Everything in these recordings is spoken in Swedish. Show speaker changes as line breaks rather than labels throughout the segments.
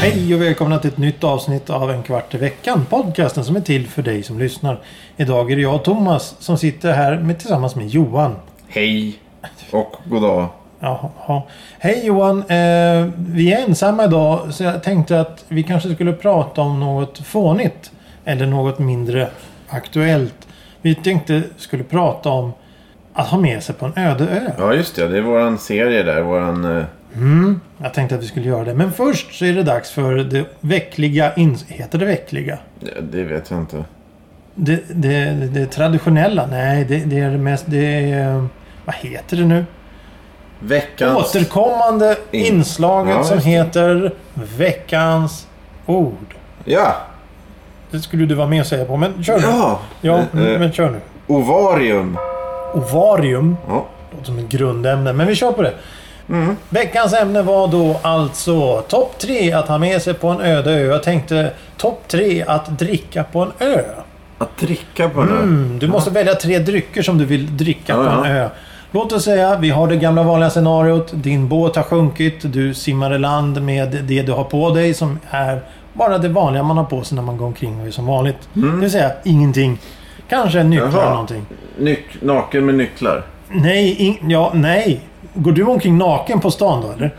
Hej och välkomna till ett nytt avsnitt av En kvart i veckan. Podcasten som är till för dig som lyssnar. Idag är det jag, Thomas, som sitter här med, tillsammans med Johan.
Hej och god dag.
Jaha. Hej Johan! Eh, vi är ensamma idag så jag tänkte att vi kanske skulle prata om något fånigt. Eller något mindre aktuellt. Vi tänkte skulle prata om att ha med sig på en öde ö.
Ja just det, det är våran serie där. Våran, eh,
Jag tänkte att vi skulle göra det. Men först så är det dags för det veckliga... ins- Heter det veckliga?
ja, det vet jag inte.
Det, det, det traditionella? Nej, det, det är det mest... Det är, eh, vad heter det nu?
Veckans...
Återkommande
In-
inslaget
Ja,
som
just det.
heter Veckans ord.
Ja!
Det skulle du vara med och säga på, men kör nu.
Ja!
Ja,
Eh,
mm, men kör nu.
Ovarium.
Ovarium
Ja.
låter som ett grundämne, men vi kör på det.
Mm.
Veckans ämne var då alltså topp tre att ha med sig på en öde ö. Jag tänkte topp tre att dricka på en ö.
Att dricka på en ö.
Mm, du måste välja tre drycker som du vill dricka
Ja,
på en
ja.
ö. Låt oss säga vi har det gamla vanliga scenariot. Din båt har sjunkit. Du simmar i land med det du har på dig som är bara det vanliga man har på sig när man går omkring och är som vanligt. Det vill säga ingenting. Kanske en nyckel
Mm. Jaha.
eller någonting.
Nyc- naken med nycklar.
Nej, in, ja, nej. Går du omkring naken på stan då eller?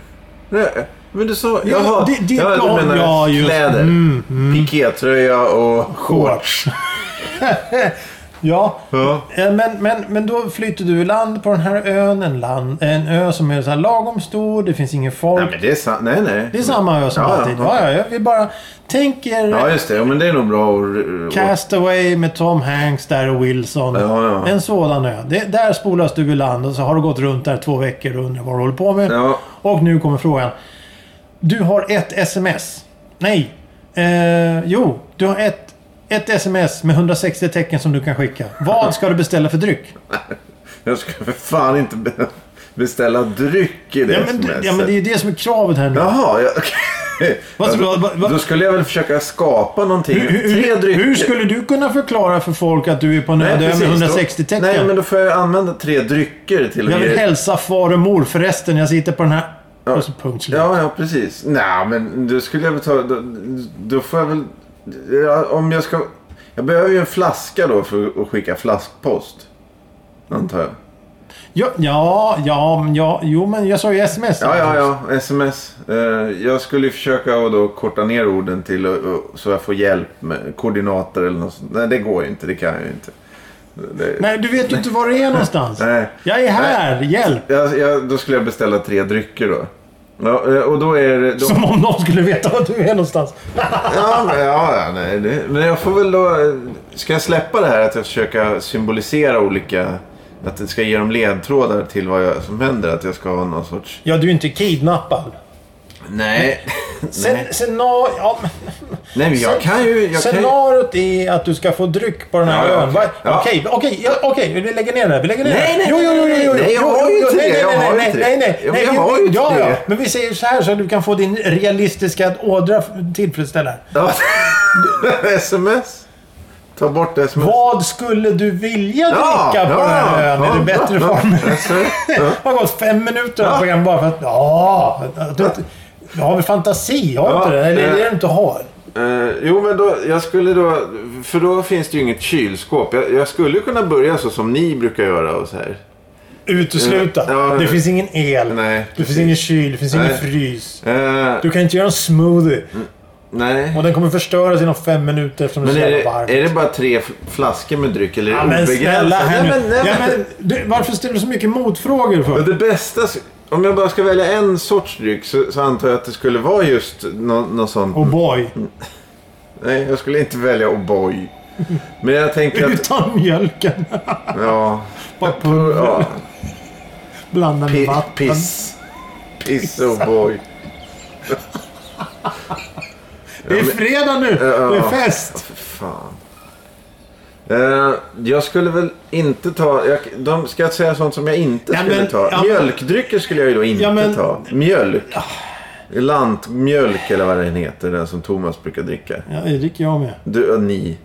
Nej, eh, Men du sa...
Ja,
Jaha!
det- det-
ja,
ja,
du menar
ja, just-
kläder.
mm,
Pikétröja och shorts.
ja.
Ja.
Eh, Men, men, men då flyter du i land på den här ön. En, land, en ö som är så här lagom stor. Det finns ingen folk.
Nej men det är sant. Nej nej.
Det är samma ö som
Ja, ja,
alltid. Ja,
okej.
ja, jag vill bara... Tänk er
Ja just det. Ja, men det är nog bra att...
Castaway med Tom Hanks där och Wilson.
Ja, ja.
En sådan ö. Det, där spolas du i land och så har du gått runt där två veckor och undrar vad du håller på med.
Ja.
Och nu kommer frågan. Du har ett sms. Nej. Eh, jo, du har ett, ett sms med 160 tecken som du kan skicka. Vad ska du beställa för dryck?
Jag ska för fan inte be- beställa dryck i det
Ja men, du,
smset.
ja, men det är ju det som är kravet här nu.
Jaha, ja, okej.
Vad skulle-
Ja, då,
vad- vad-
då skulle jag väl försöka skapa någonting.
Hur,
Tre
hur,
drycker.
hur skulle du kunna förklara för folk att du är på en
Nej,
öde ö
precis,
med
då-
160 tecken?
Nej, men då får jag använda tre drycker till att
Jag vill
ge-
hälsa far och mor förresten. Jag sitter på den här... Och så punkt slut.
Ja, ja, precis. Nej, men då skulle jag väl ta... Då, då får jag väl... Ja, om jag ska... Jag behöver ju en flaska då för att skicka flaskpost. Antar jag.
Ja, ja, ja, men ja, jo men jag sa ju sms.
Ja, ja, ja. Sms. Eh, jag skulle ju försöka att då korta ner orden till och, och, så jag får hjälp med koordinater eller något sånt. Nej, det går ju inte. Det kan jag ju inte. Det,
Nej, du vet ju inte var det är någonstans.
Nej.
Jag är här, hjälp!
Jag, jag, då skulle jag beställa tre drycker då. Ja, eh, och då är det... Då,
Som om någon skulle veta var du är någonstans.
ja, men- ja, ja, nej. Det, men jag får väl då... eh, Ska jag släppa det här att jag försöka symbolisera olika... Att det ska ge dem ledtrådar till vad jag, som händer. Att jag ska ha någon sorts...
Ja, du är inte kidnappad.
Nej.
Sen,
nej.
sen, na- ja, men-
nej, men jag
sen-
kan ju... Jag kan ju
Scenariot är att du ska få dryck på den här
Ja, ja,
ön. Va-
ja.
Okej, okej, ja, okej. Vi lägger ner det här. Vi lägger ner
Nej,
det här.
nej,
Jo, jo, jo, jo, jo.
nej, jag
jo,
har ju
jo,
inte
nej,
det,
nej,
jag
nej,
har
nej,
inte det.
Nej, nej.
Jo,
nej,
jag
vi-
har ju inte
ja, Ja,
det.
men vi säger så här så att du kan få din realistiska ådra tillfredsställd här.
Ja. sms. Ta bort sms.
Vad skulle du vilja
Ja,
dricka på den
ja,
här ön?
ja,
är det bättre
ja,
former?
sms, ja.
Det har gått fem minuter av
Ja.
programmet bara för att... Ja, att du inte- jag har väl fantasi? Har
Ja,
inte det? Eller är det
eh.
du inte har?
Eh, jo, men då, jag skulle då... För då finns det ju inget kylskåp. Jag, jag skulle kunna börja så som ni brukar göra och så här.
Utesluta.
Ja,
det
eh.
finns ingen el.
Nej,
det finns
precis.
ingen kyl. Det finns ingen
Nej.
frys.
Eh,
Du kan inte göra en smoothie.
nej.
Och den kommer förstöras inom fem minuter eftersom det är
Men
så
är
jävla
det,
varmt.
är det bara tre f- flaskor med dryck eller är det
Ja, men snälla
obegränsat?
här nu.
Nej, men, nej,
ja, men,
men,
du, varför ställer du så mycket motfrågor för?
men det bästa... s- Om jag bara ska välja en sorts dryck så, så antar jag att det skulle vara just något nå sånt.
Oh boy.
Nej, jag skulle inte välja O'boy. Men jag tänker att...
Utan mjölken.
Ja.
Bara pulver.
ja.
Blanda med
Pi-
vatten.
Piss. Piss oh boy.
Det är fredag nu!
Ja.
Det är fest!
Fan. Eh, jag skulle väl inte ta... Jag, de, ska jag säga sånt som jag inte
Ja,
skulle
men-
ta?
ja, men-
Mjölkdrycker skulle jag ju då inte
Ja, men- Ah.
ta. Mjölk. Lantmjölk eller vad den heter, den som Thomas brukar dricka.
Ja, det dricker jag med.
Du, och ni.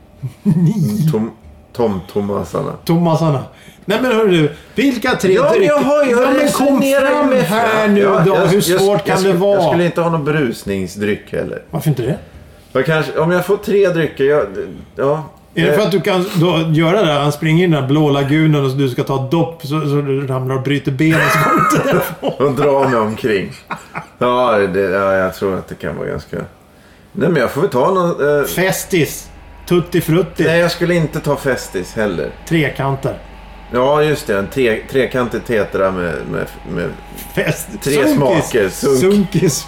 Tom, Tom Tomasarna.
Tomasarna. Nej men hörru du, vilka tre
Ja, men
drycker-
jag har ju...
ja, men kom fram här nu
Ja,
då,
jag-
hur
jag-
svårt
jag
kan
skulle-
det vara?
Jag skulle inte ha någon berusningsdryck heller.
Varför inte det?
Jag kanske, om jag får tre drycker, jag, ja.
Är det för att du kan då göra det? här? Han springer in i den här blå lagunen och du ska ta ett dopp så, så du ramlar och bryter benet så kommer du inte därifrån.
Och dra mig omkring. Ja, det, ja, jag tror att det kan vara ganska... Nej, men jag får väl ta någon... Eh,
Festis. Tutti frutti.
nej, jag skulle inte ta Festis heller.
Trekanter.
Ja, just det. En tre, trekantig tetra med, med, med...
Fest.
Tre smaker. Sunk.
Sunkis.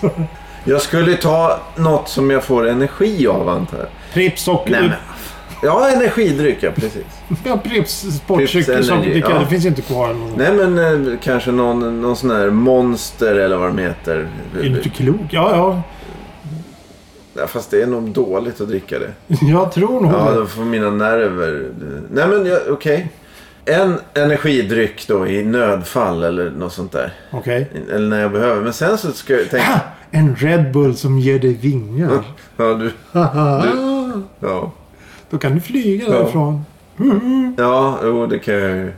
Jag skulle ta något som jag får energi av, antar jag.
Pripps och...
Nej, men... Ja, energidryck, ja. Precis.
Ja, Pripps sportcykel
Pripps
som...
Energy,
Det, kan,
ja.
det finns ju inte kvar. någon-
Nej, men eh, kanske någon, någon sån här monster eller vad de heter.
Är du inte klok? Ja, ja.
Ja, fast det är nog dåligt att dricka det.
Jag tror nog
Ja,
det.
då får mina nerver... Nej, men jag- okej. En energidryck då i nödfall eller något sånt där.
Okej.
Eller när jag behöver. Men sen så ska jag
Ah,
tänka...
En Red Bull som ger dig vingar.
Ja, du...
Haha.
Ja.
Då kan du flyga
Ja.
därifrån.
Ja, jo, det kan jag ju.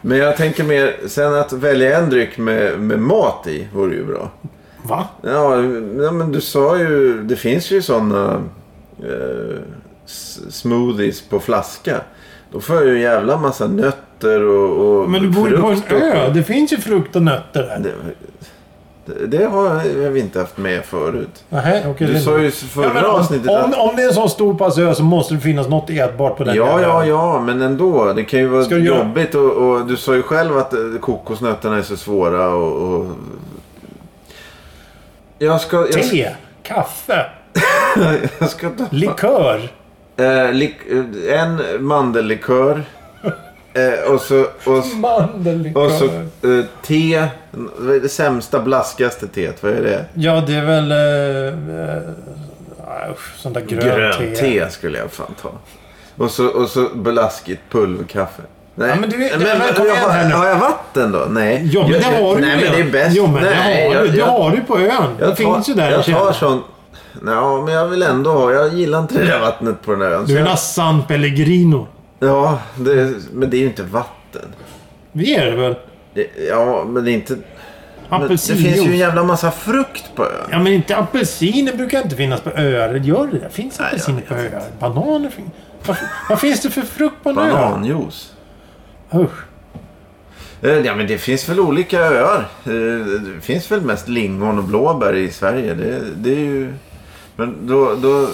Men jag tänker mer... Sen att välja en dryck med, med mat i vore ju bra.
Va?
Ja, ja, men du sa ju... Det finns ju såna eh, s- smoothies på flaska. Då får jag ju en jävla massa nötter och, och
Men du bor ju på en
frukt och-
ö. Det finns ju frukt och nötter där.
Det, det- det har jag inte haft med förut.
Nähä, okej. det
Du
är
sa ju
Ja,
förra
men
avsnittet
om, om,
att...
om det är en sån stor pass ö så måste det finnas något ätbart på den
Ja,
jävla
ja,
ön.
ja, men ändå. Det kan ju vara
Ska du göra?
jobbigt. Och, och du sa ju själv att eh, kokosnötterna är så svåra och... och... Jag ska... Jag ska,
Te, kaffe,
jag ska ta...
likör.
Eh, lik, eh, en mandellikör. Eh, och så... Och, s- och så
Mandellikör.
eh, te. Vad är Det sämsta, blaskigaste teet. Vad är det?
Ja, det är väl... Eh, eh, usch, sånt där grönt te.
te skulle jag fan ta. Och så, och så blaskigt pulverkaffe. Nej,
Ja, men du-
men,
men kom
jag,
igen här
har,
nu.
har jag vatten då? Nej.
Ja, men
Jag-
det har du ju
Nej, men det
redan.
är bäst.
Jo, men
nej,
det har du. Det
jag-
har du på ön.
jag
Det
tar-
finns ju där.
Jag
känner
tar sån... Ja, men jag vill ändå ha. Jag gillar inte det där vattnet på den här ön.
Du
så
vill
jag-
ha San Pellegrino.
Ja, det, men det är ju inte vatten.
Vi är det väl?
Det, ja, men det är inte... Men det finns ju en
Apelsinjuice.
jävla massa frukt på ön.
Ja, men inte apelsiner brukar inte finnas på öar. Eller Gör det? Finns apelsiner
jag
på öar? Bananer finns... Vad, vad finns det för frukt på en ö?
Bananjuice.
Usch.
Eh, Ja, men det finns väl olika öar. Eh, Det finns väl mest lingon och blåbär i Sverige. Det, det är ju... Men då... då...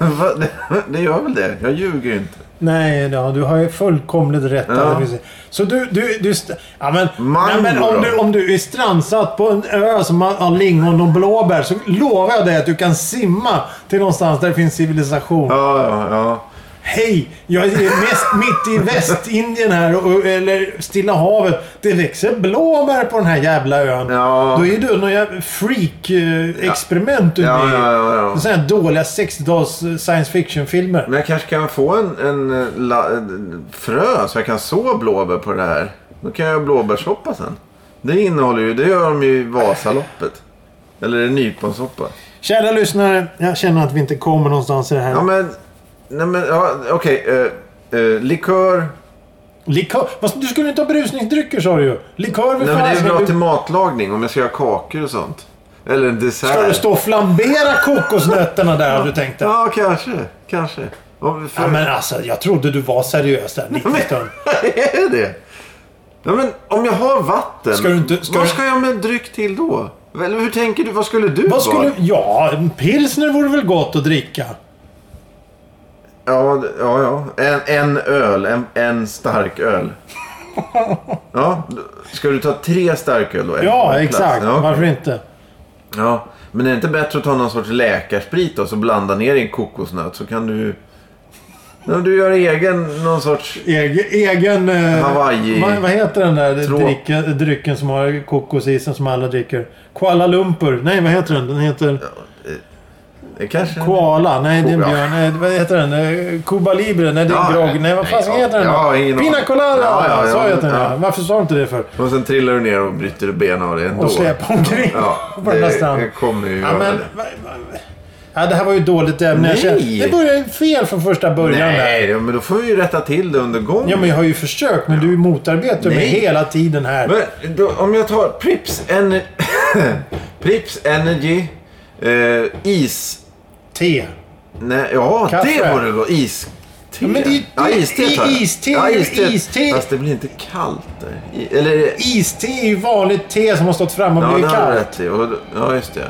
Va? Det- det gör väl det? Jag ljuger ju inte.
Nej, ja, du har ju fullkomligt rätt.
Ja.
Ja. Så du... du, du st- ja, men, nej,
Mango
men om,
då?
du, om du är strandsatt på en ö som har har lingon och blåbär så lovar jag dig att du kan simma till någonstans där det finns civilisation.
Ja, ja, ja.
Hej! Jag är mest mitt i Västindien här, och, eller Stilla havet. Det växer blåbär på den här jävla ön.
Ja.
Då är du någon jävla freak-experiment du är
Ja,
med i.
ja, ja, ja.
Sådana här dåliga 60-tals eh, science fiction-filmer.
Men jag kanske kan få en, en, eh, la, en frö så jag kan så blåbär på det här. Då kan jag göra blåbärssoppa sen. Det innehåller ju... Det gör de ju i Vasaloppet. Eller är det nyponsoppa?
Kära lyssnare, jag känner att vi inte kommer någonstans i det här.
Ja, men... Nej, men... Ja, Okej. eh, eh, likör.
Likör. Fast du skulle inte ha berusningsdrycker sa du ju. Likör för
Nej,
fan.
men det är
ska
bra
du-
till matlagning om jag ska göra kakor och sånt. Eller en dessert.
Ska du stå och flambera kokosnötterna där har du tänkt dig?
Ja, kanske. Kanske. Om, för...
Ja, men alltså, jag trodde du var seriös där en liten stund.
är det? Ja, men om jag har vatten,
Ska du inte- ska
vad
du-
ska jag med dryck till då? Eller hur tänker du? Vad skulle du
Vad skulle...
vara?
Ja, en pilsner vore väl gott att dricka?
Ja, d- ja, ja. En, en öl. En, en stark öl. Ja, d- ska du ta tre starköl då? En på
Ja,
plats?
exakt.
Ja, okej.
Varför inte?
Ja, men är det inte bättre att ta någon sorts läkarsprit och så blanda ner i en kokosnöt så kan du... Ja, du gör egen någon sorts...
Egen... egen eh,
Hawaii.
Vad, vad heter den där
Trå-
drycken, drycken som har kokosisen som alla dricker? Kuala Lumpur. Nej, vad heter den? Den heter...
Det kanske...
Koala? Nej, det är en
Ko- ja.
björn. Nej, vad heter den? Eh, Cuba Libre? Nej, det är en
Ja,
grogg. Nej, vad
nej,
fasen
ja.
heter den då?
Ja, ingen
Pina
aning.
Colada!
Ja, ja, ja,
sa jag till
ja.
den. Varför sa du inte det för?
Och sen trillar du ner och bryter benen av det ändå.
Och släpa omkring
Ja,
på den där
det,
stranden.
det kommer ju
Ja,
göra
men,
det.
va- va- ja, det här var ju ett dåligt ämne. Jag
Nej.
känner- Det började ju fel från första början. där.
Nej, det- men då får vi ju rätta till det under gången.
Ja, men jag har ju försökt, men du motarbetar mig
Nej.
hela tiden här.
Men då, om jag tar Prips, Ener- Prips Energy, eh, is...
Te.
Nej, ja,
Kaffe.
det var det då. Is. Te.
men det är ju-
ja, iste
i-
tar jag.
iste,
ja,
det är ju
iste.
iste.
Fast det blir inte kallt där. I, eller...
Iste är ju vanligt te som har stått fram och
Ja, det
blivit
har du
kallt.
rätt i. Och, ja, just det.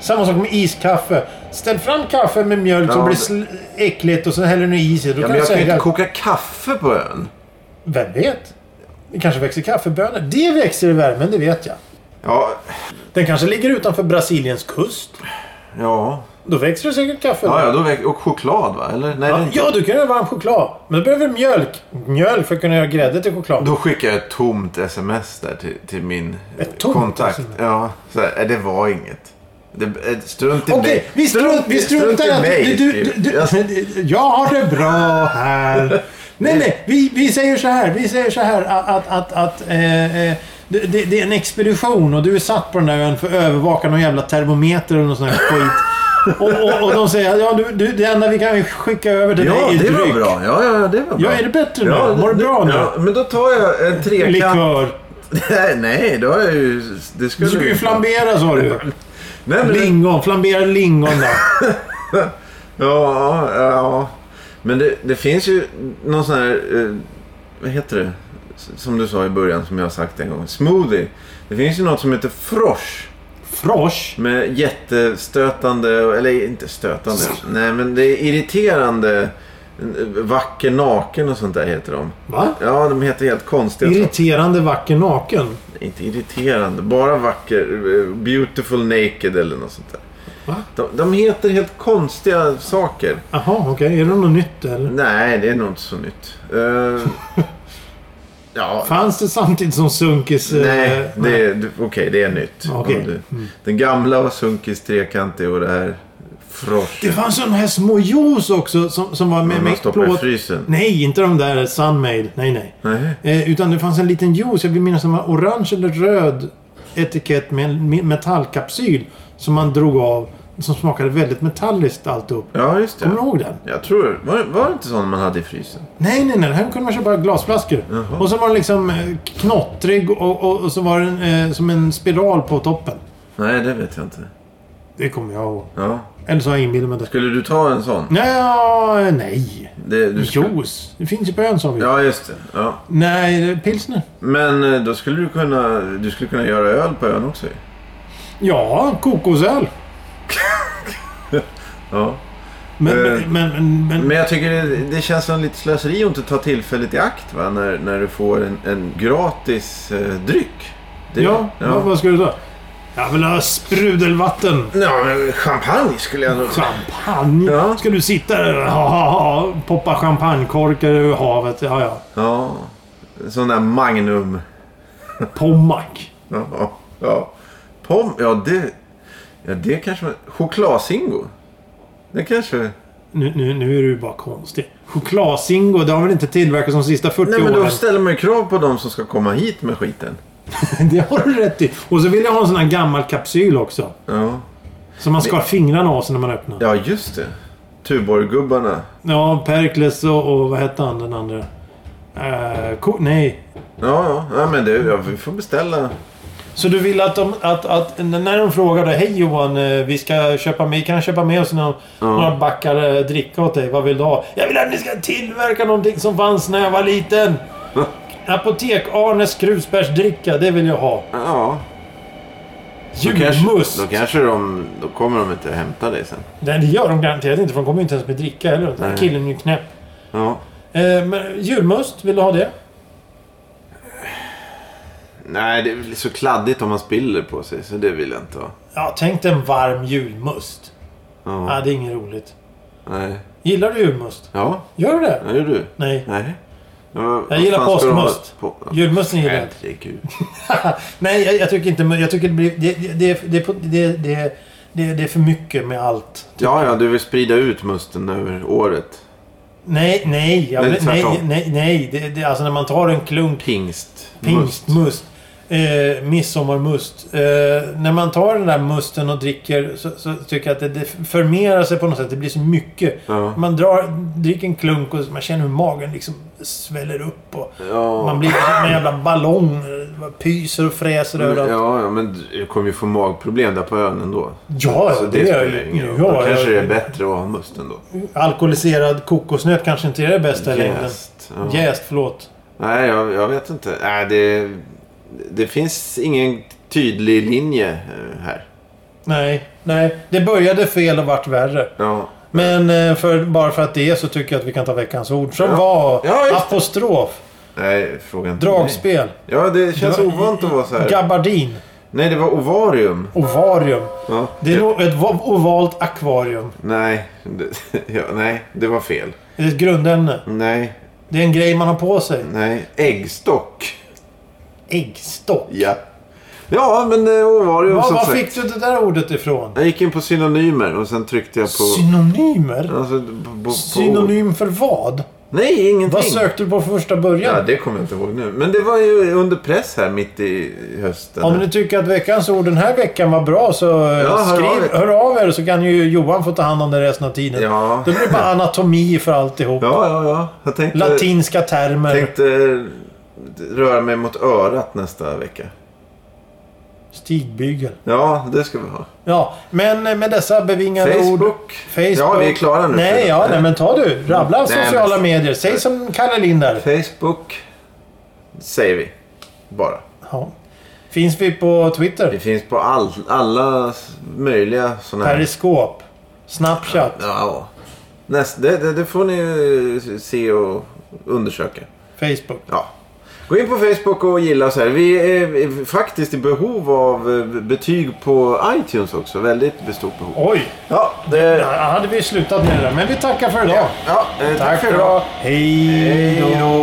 Samma sak med iskaffe. Ställ fram kaffe med mjölk som
Ja,
blir
det-
sl- äckligt och sen häller du i is i. Då kan
Ja, men
du
jag kan ju
säga...
inte koka kaffe på ön.
Vem vet? Det kanske växer kaffebönor. Det växer i värmen, det vet jag.
Ja,
Den kanske ligger utanför Brasiliens kust.
ja.
Då växer det säkert kaffe.
Ja,
där.
ja då väck, och choklad va? Eller? Nej, det är
Ja,
inte.
ja, du kan göra varm choklad. Men då behöver du mjölk. Mjölk för att kunna göra grädde till choklad.
Då skickar jag ett tomt sms där till, till min
Ett tomt
kontakt.
sms?
Ja, så här, "Nej, det var inget. Det, eh, strunt i
Okej,
mig.
vi, strunt, vi struntar i
i
att-
mig.
du, du, du,
typ.
du,
Jag-
Jag har det bra här. Nej, nej. Vi, vi säger så här. Vi säger så här att... att, att, att eh, eh, det, det det är en expedition och du är satt på den där ön för att övervaka någon jävla termometer eller någon sån här skit. Och, och, och de säger ja, du, du, det enda vi kan skicka över till
Ja,
dig är
det
dryck.
var bra. Ja, ja, det var bra.
Ja, är det bättre nu? Mår du bra nu?
Ja, men då tar jag en trekant.
Likör.
Nej, nej, då har jag ju... Det skulle
Du ska ju
inte-
flambera sa du.
Nej, men det,
Lingon. Flambera lingon där.
ja, ja, ja. Men det, det finns ju någon sån här... Eh, vad heter det? S- Som du sa i början, som jag har sagt en gång. Smoothie. Det finns ju något som heter frosh.
Frosch.
Med jättestötande, eller inte stötande, nej men det är irriterande. eh, Vacker naken och sånt där heter de.
Va?
Ja, de heter helt konstiga saker.
Irriterande vacker naken.
Inte irriterande, bara vacker. eh, Beautiful naked eller något sånt där.
Va?
De, de heter helt konstiga saker.
Jaha, okej. Är det något nytt eller?
Nej, det är nog inte så nytt. Eh, ja,
Fanns det samtidigt som Sunkis... eh,
nej, det är, du- okej, det är nytt.
Okej. Mm.
Om du- Den gamla var sunkis trekantig och det här frosch.
Det fanns sådana här små juice också som, som var med,
Men man
med
stoppar i frysen.
Nej, inte de där Sunmade. Nej, nej.
Nej.
Eh, utan det fanns en liten juice. Jag vill minnas som var orange eller röd etikett med en me- metallkapsyl. Som man drog av. Som smakade väldigt metalliskt alltihop.
Ja, just
Kommer du
det.
ihåg den?
Jag tror... Var, var det inte sån man hade i frysen?
Nej, nej, nej. Här kunde man köpa glasflaskor. Och så var den liksom eh, knottrig och, och, och så var den eh, som en spiral på toppen.
Nej, det vet jag inte.
Det kommer jag ihåg.
Ja.
Eller så har jag inbillat mig det.
Skulle du ta en sån?
Nej, nej.
Det, du skulle...
Juice. Det finns ju på ön sa vi.
Ja, just det. Ja.
Nej, det är pilsner.
Men eh, då skulle du kunna... Du skulle kunna göra öl på ön också ju.
Ja, kokosöl.
Ja.
Men,
Eh,
men, men, men, men...
Men jag tycker det, det känns som lite slöseri att inte ta tillfället i akt va? När, när du får en, en gratis eh, dryck. Det-
Ja, Vad, vad ska du ta? Jag vill ha sprudelvatten.
Ja, men champagne skulle jag nog...
Champagne?
Ja.
Ska du sitta där och ha, ha, ha, poppa champagnekorkar över havet? Ja, ja.
Ja. Sån där Magnum.
Pommac.
Ja. ja. Pom... Ja, det... Ja, det kanske man... Chokladzingo. Det kanske...
Nu, nu, nu är du ju bara konstig. Chokladzingo, det har väl inte tillverkats de sista 40
Nej, men
åren?
då ställer man ju krav på de som ska komma hit med skiten.
Det har du rätt i. Och så vill jag ha en sån här gammal kapsyl också.
Ja.
Som man skar fingrarna av sig när man öppnar.
Ja, just det. Tuborggubbarna.
Ja, Perkles och, och vad hette han den andra? Eh, ko- nej.
Ja, ja. ja men det, ja, vi får beställa.
Så du vill att de... Att, att, när de frågar dig Hej Johan, eh, vi ska köpa med, kan jag köpa med oss några, några backar eh, dricka åt dig? Vad vill du ha? Jag vill att ni ska tillverka någonting som fanns när jag var liten. Apotek-Arnes krusbärsdricka, det vill jag ha.
Ja. Då
Julmust!
kanske, då kanske de... Då kommer de inte hämta dig sen.
Nej, det gör de garanterat inte för de kommer ju inte ens med dricka heller. Den här
Nej.
killen är ju knäpp.
Ja.
Eh, men julmust, vill du ha det?
Nej, det blir så kladdigt om man spiller på sig. Så det vill jag inte ha.
Ja, tänk dig en varm julmust.
Ja.
Ja, det är inget roligt.
Nej.
Gillar du julmust?
Ja.
Gör du det?
Ja, gör du?
Nej.
Nej. Ja, vad-
Jag
vad
gillar
fan ska du ha
påskmust.
på-
Julmusten gillar jag inte.
Herregud.
Nej, jag, jag tycker inte... men Jag tycker det blir... Det, det, det, det, det, det, det, det, det är för mycket med allt.
Ja, ja, du vill sprida ut musten över året.
Nej, nej. Jag,
Nej,
vill- nej,
tvärtom.
nej, nej, Det, det, alltså när man tar en klunk
Pingst. Must.
Pingstmust. Eh, midsommarmust. Eh, när man tar den där musten och dricker så, så tycker jag att det, det förmerar sig på något sätt. Det blir så mycket.
Ja.
Man drar, dricker en klunk och man känner hur magen liksom sväller upp. Och
Ja.
Man blir som en jävla ballong. eh, man Pyser och fräser
Men-
överallt.
Ja, ja, men du kommer ju få magproblem där på ön ändå.
Ja,
Så
det, gör
alltså, spelar
jag
ingen
ju.
roll. Då
Ja,
kanske det är
jag,
bättre att ha musten då.
alkoholiserad kokosnöt kanske inte är det bästa i längden.
Jäst, ja.
Jäst, förlåt.
Nej, jag, jag vet inte. Nej, det, det finns ingen tydlig linje eh, här.
Nej, nej. Det började fel och vart värre.
Ja.
Men eh, för, bara för att det är så tycker jag att vi kan ta veckans ord som
Ja.
var
Ja, just det.
apostrof,
Nej, frågan inte mig.
dragspel,
Ja, det känns
Det var-
ovant att vara så här.
gabardin,
Nej, det var ovarium.
ovarium.
Ja.
Det är nog ett vo- ovalt akvarium.
Nej, det, ja, nej, det var fel.
Det är ett grundämne.
Nej,
Det är en grej man har på sig.
nej. Äggstock.
Äggstock.
Ja. Ja, men eh, ovarium
Var,
som
var
sagt.
fick du det där ordet ifrån?
Jag gick in på synonymer och sen tryckte jag på...
Synonymer?
alltså, på, på, på
Synonym för vad?
Nej, ingenting.
Vad sökte du på första
Ja,
början?
det kommer jag inte ihåg nu. Men det var ju under press här mitt i hösten.
Om ni tycker att veckans ord den här veckan var bra så eh,
Ja, hör av
skriv,
er.
hör av er så kan ju Johan få ta hand om det resten av tiden.
Ja.
Då blir det bara anatomi för alltihop.
Ja, ja, ja. Jag tänkte,
Latinska termer.
tänkte eh, röra mig mot örat nästa vecka.
Stigbygel.
Ja, det ska vi ha.
Ja, men eh, med dessa bevingade ord.
Facebook.
Facebook.
Ja, vi är klara nu.
Nej, ja, nej, men ta du. Rabbla
Nej,
sociala
men-
medier. Säg som Kalle Lindar.
Facebook säger vi. Bara.
Ja. Finns vi på
Vi
Twitter?
finns på all, alla möjliga sådana här...
Periskop. Snapchat.
Ja. Näst, det, det, det får ni ju se och undersöka.
Facebook.
Ja. Gå in på Facebook och gilla oss här. Vi är faktiskt i behov av eh, betyg på iTunes också. Väldigt stort behov.
Oj,
Ja, det...
där hade vi slutat med det där. Men vi tackar för idag.
Ja, eh, tack,
Tack för idag. Hej
Hej
då.
då.